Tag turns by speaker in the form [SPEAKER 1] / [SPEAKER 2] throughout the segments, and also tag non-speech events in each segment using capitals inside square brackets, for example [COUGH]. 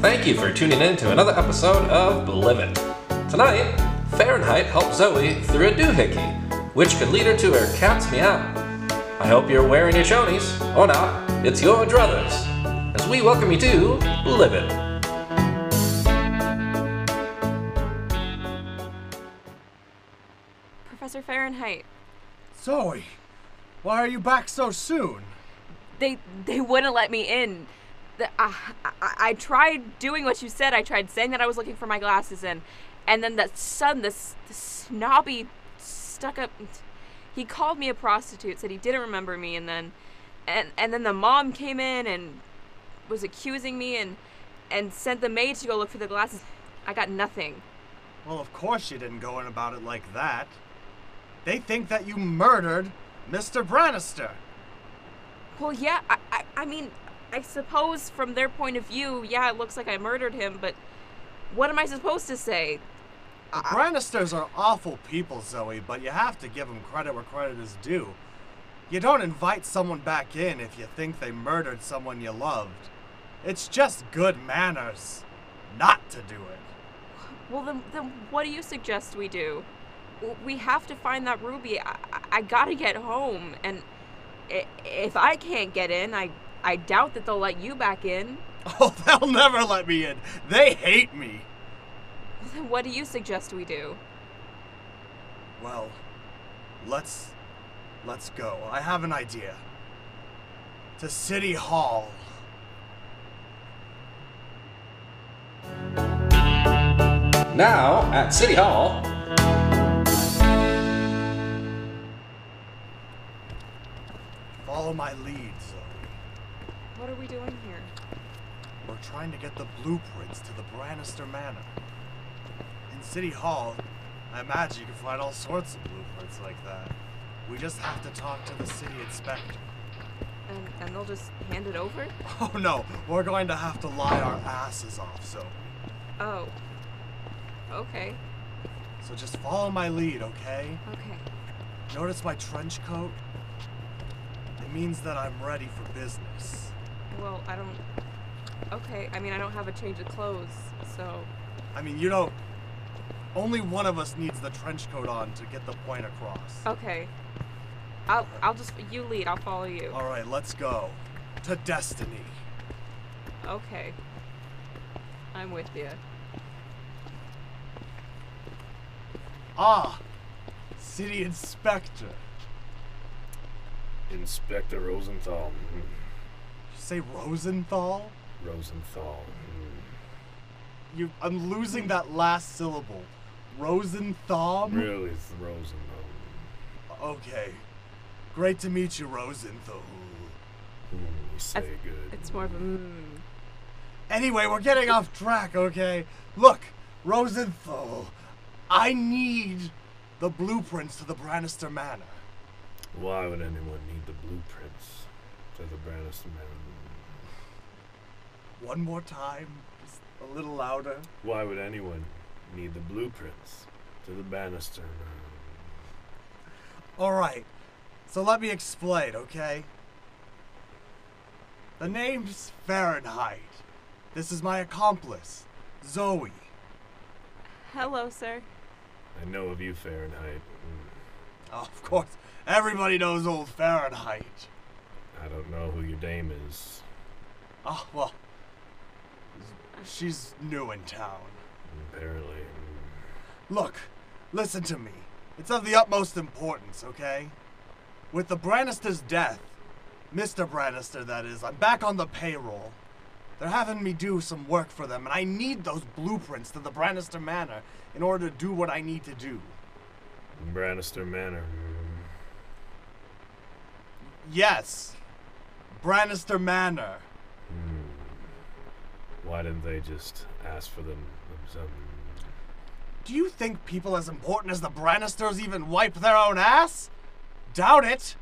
[SPEAKER 1] Thank you for tuning in to another episode of Blivin. Tonight, Fahrenheit helped Zoe through a doohickey, which could lead her to her cat's meow. I hope you're wearing your chonies, or not, it's your druthers, as we welcome you to Blivin.
[SPEAKER 2] Professor Fahrenheit.
[SPEAKER 3] Zoe, why are you back so soon?
[SPEAKER 2] They they wouldn't let me in. The, uh, I, I tried doing what you said. I tried saying that I was looking for my glasses and and then that son, this, this snobby stuck up he called me a prostitute, said he didn't remember me and then and and then the mom came in and was accusing me and and sent the maid to go look for the glasses. I got nothing.
[SPEAKER 3] Well, of course you didn't go in about it like that. They think that you murdered Mr. Brannister.
[SPEAKER 2] Well, yeah, I, I, I mean, I suppose from their point of view, yeah, it looks like I murdered him, but what am I supposed to say?
[SPEAKER 3] The Brannisters are awful people, Zoe, but you have to give them credit where credit is due. You don't invite someone back in if you think they murdered someone you loved. It's just good manners not to do it. [LAUGHS]
[SPEAKER 2] Well, then, then what do you suggest we do? W- We have to find that ruby. I, I- I gotta get home, and i- if I can't get in, I I doubt that they'll let you back in. [LAUGHS]
[SPEAKER 3] Oh, they'll never let me in. They hate me.
[SPEAKER 2] Then what do you suggest we do?
[SPEAKER 3] Well, let's let's go. I have an idea. To City Hall.
[SPEAKER 1] Now, at City Hall,
[SPEAKER 3] Follow my lead, Zoe.
[SPEAKER 2] What are we doing here?
[SPEAKER 3] We're trying to get the blueprints to the Brannister Manor. In City Hall, I imagine you can find all sorts of blueprints like that. We just have to talk to the city inspector. [LAUGHS]
[SPEAKER 2] And and they'll just hand it over?
[SPEAKER 3] Oh no, we're going to have to lie our asses off, Zoe.
[SPEAKER 2] Oh. Okay.
[SPEAKER 3] So just follow my lead, okay?
[SPEAKER 2] Okay.
[SPEAKER 3] Notice my trench coat? It means that I'm ready for business.
[SPEAKER 2] Well, I don't. Okay. I mean, I don't have a change of clothes, so.
[SPEAKER 3] I mean, you don't. Only one of us needs the trench coat on to get the point across.
[SPEAKER 2] Okay. I'll I'll just you lead. I'll follow you.
[SPEAKER 3] All right, let's go to destiny.
[SPEAKER 2] Okay. I'm with you.
[SPEAKER 3] Ah, city inspector.
[SPEAKER 4] Inspector Rosenthal. Mm.
[SPEAKER 3] You say Rosenthal?
[SPEAKER 4] Rosenthal. Mm.
[SPEAKER 3] You, I'm losing that last syllable. Rosenthal.
[SPEAKER 2] Mm-hmm.
[SPEAKER 4] Really, it's Rosenthal.
[SPEAKER 3] Okay. Great to meet you, Rosenthal.
[SPEAKER 4] Mm, you say
[SPEAKER 2] That's-
[SPEAKER 4] good.
[SPEAKER 2] It's more of a mm.
[SPEAKER 3] Anyway, we're getting off track, okay? Look, Rosenthal, I need the blueprints to the Brannister Manor.
[SPEAKER 4] Why would anyone need the blueprints to the Brannister Manor?
[SPEAKER 3] One more time, just a little louder.
[SPEAKER 4] Why would anyone need the blueprints to the Bannister Manor?
[SPEAKER 3] All right, so let me explain, okay? The name's Fahrenheit. This is my accomplice, Zoe.
[SPEAKER 2] Hello, sir.
[SPEAKER 4] I know of you, Fahrenheit. Mm.
[SPEAKER 3] Oh, of course, everybody knows old Fahrenheit.
[SPEAKER 4] I don't know who your dame is.
[SPEAKER 3] Oh, well, she's new in town.
[SPEAKER 4] Apparently. Hmm.
[SPEAKER 3] Look, listen to me. It's of the utmost importance, okay? With the Brannister's death, Mr. Brannister, that is, I'm back on the payroll. They're having me do some work for them, and I need those blueprints to the Brannister Manor in order to do what I need to do.
[SPEAKER 4] Mm. Brannister Manor. Mm.
[SPEAKER 3] Yes, Brannister Manor.
[SPEAKER 4] Why didn't they just ask for them themselves?
[SPEAKER 3] Do you think people as important as the Brannisters even wipe their own ass? Doubt it.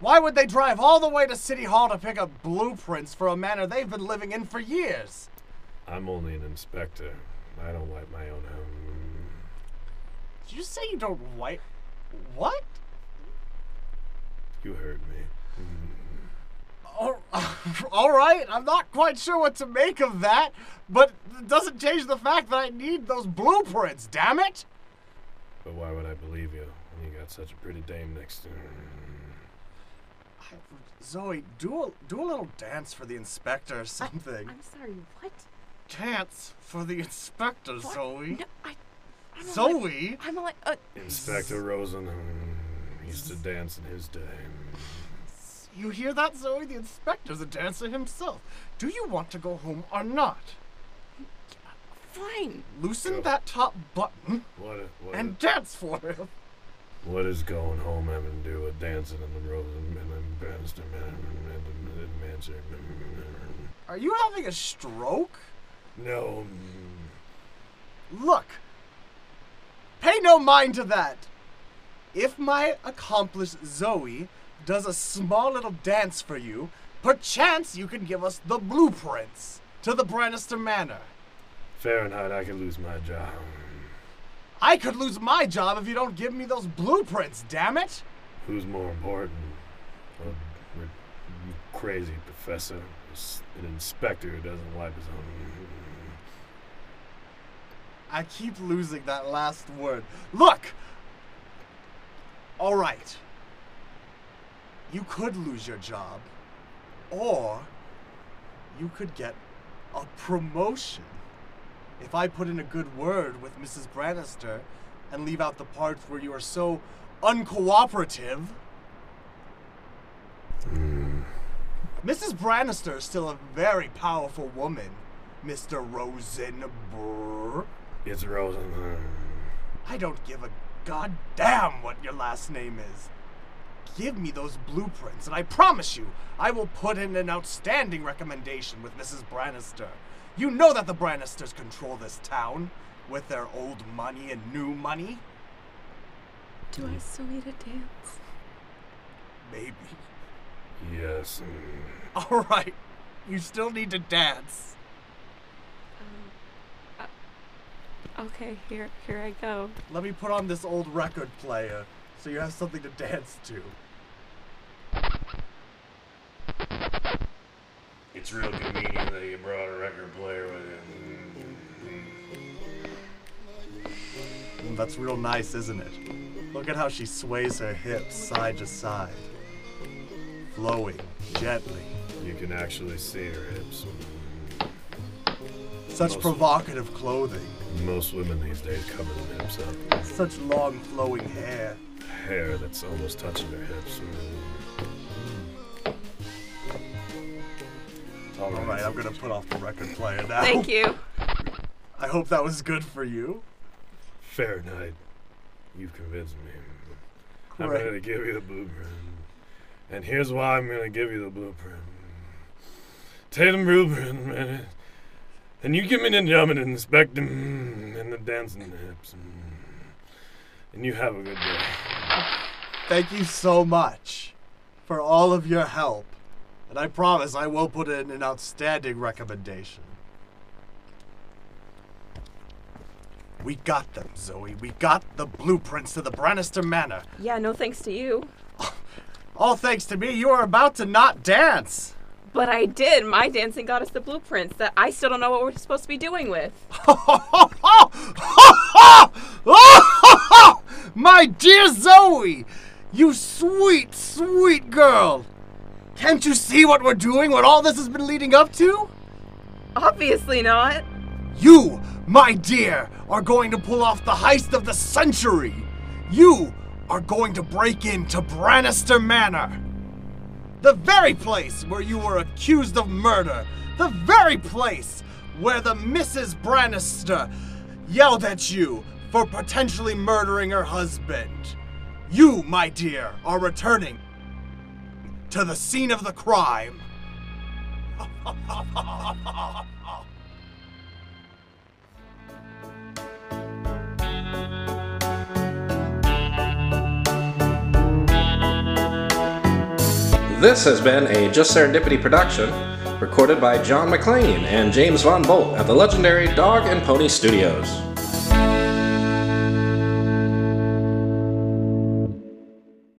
[SPEAKER 3] Why would they drive all the way to City Hall to pick up blueprints for a manor they've been living in for years?
[SPEAKER 4] I'm only an inspector. I don't wipe my own home.
[SPEAKER 3] Did you say you don't wipe? What?
[SPEAKER 4] You heard me.
[SPEAKER 3] Al- All [LAUGHS] right, I'm not quite sure what to make of that, but it doesn't change the fact that I need those blueprints, damn it!
[SPEAKER 4] But why would I believe you when you got such a pretty dame next to you?
[SPEAKER 3] I- Zoe, do a, do a little dance for the inspector or something.
[SPEAKER 2] I'm sorry, what?
[SPEAKER 3] Dance for the inspector,
[SPEAKER 2] What?
[SPEAKER 3] Zoe.
[SPEAKER 2] No, I, I'm Alive.
[SPEAKER 3] Zoe?
[SPEAKER 2] I'm alive. Uh,
[SPEAKER 4] Inspector Rosen mm, used to dance in his day.
[SPEAKER 3] You hear that, Zoe? The inspector's a dancer himself. Do you want to go home or not?
[SPEAKER 2] fine.
[SPEAKER 3] Loosen
[SPEAKER 4] Go. Mm.
[SPEAKER 3] that top button
[SPEAKER 4] What, i- what,
[SPEAKER 3] and dance for him.
[SPEAKER 4] i- what is going home having to do with dancing in the Rosen and the Bannister man and the Mansion?
[SPEAKER 3] Are you having a stroke?
[SPEAKER 4] No. mm.
[SPEAKER 3] Look, pay no mind to that. If my accomplice Zoe does a small little dance for you, perchance you can give us the blueprints to the Brannister Manor.
[SPEAKER 4] Fahrenheit, I could lose my job.
[SPEAKER 3] I could lose my job if you don't give me those blueprints, damn it!
[SPEAKER 4] Who's more important? A r- crazy professor, s- an inspector who doesn't wipe his own.
[SPEAKER 3] I keep losing that last word. Look! All right. You could lose your job, or you could get a promotion if I put in a good word with Mrs. Brannister and leave out the parts where you are so uncooperative. Mrs. Brannister is still a very powerful woman, Mr. Rosenbrr.
[SPEAKER 4] It's uh, Rosen.
[SPEAKER 3] I don't give a goddamn what your last name is. Give me those blueprints, and I promise you, I will put in an outstanding recommendation with Mrs. Brannister. You know that the Brannisters control this town with their old money and new money.
[SPEAKER 2] Do I still need a dance?
[SPEAKER 3] Maybe. [LAUGHS]
[SPEAKER 4] Yes.
[SPEAKER 3] All right, you still need to dance.
[SPEAKER 2] Um, uh, Okay, here, here I go.
[SPEAKER 3] Let me put on this old record player so you have something to dance to.
[SPEAKER 4] It's real convenient that you brought a record player with you.
[SPEAKER 3] Mm, That's real nice, isn't it? Look at how she sways her hips side to side. Flowing, gently.
[SPEAKER 4] You can actually see her hips.
[SPEAKER 3] Such provocative clothing.
[SPEAKER 4] Most women these days cover their hips up. with
[SPEAKER 3] Such long flowing hair.
[SPEAKER 4] Hair that's almost touching their hips. All
[SPEAKER 3] Alright, I'm gonna put off the record player now.
[SPEAKER 2] Thank you.
[SPEAKER 3] I hope that was good for you.
[SPEAKER 4] Fahrenheit, you've convinced me. I'm
[SPEAKER 3] Great.
[SPEAKER 4] going to give you the blueprint. And here's why I'm going to give you the blueprint. Tatum blueprint, man. And you give me the job and inspect him and the dancing hips. And you have a good day.
[SPEAKER 3] Thank you so much for all of your help. And I promise I will put in an outstanding recommendation. We got them, Zoe. We got the blueprints to the Brannister Manor.
[SPEAKER 2] Yeah, no thanks to you.
[SPEAKER 3] All thanks to me, you are about to not dance. [LAUGHS]
[SPEAKER 2] But I did. My dancing got us the blueprints that I still don't know what we're supposed to be doing with.
[SPEAKER 3] My dear Zoe, you sweet, sweet girl. Can't you see what we're doing, what all this has been leading up to?
[SPEAKER 2] Obviously not.
[SPEAKER 3] You, my dear, are going to pull off the heist of the century. You are going to break into Brannister Manor. The very place where you were accused of murder. The very place where the Mrs. Brannister yelled at you for potentially murdering her husband. You, my dear, are returning to the scene of the crime.
[SPEAKER 1] This has been a Just Serendipity production, recorded by John McLean and James Von Bolt at the legendary Dog and Pony Studios.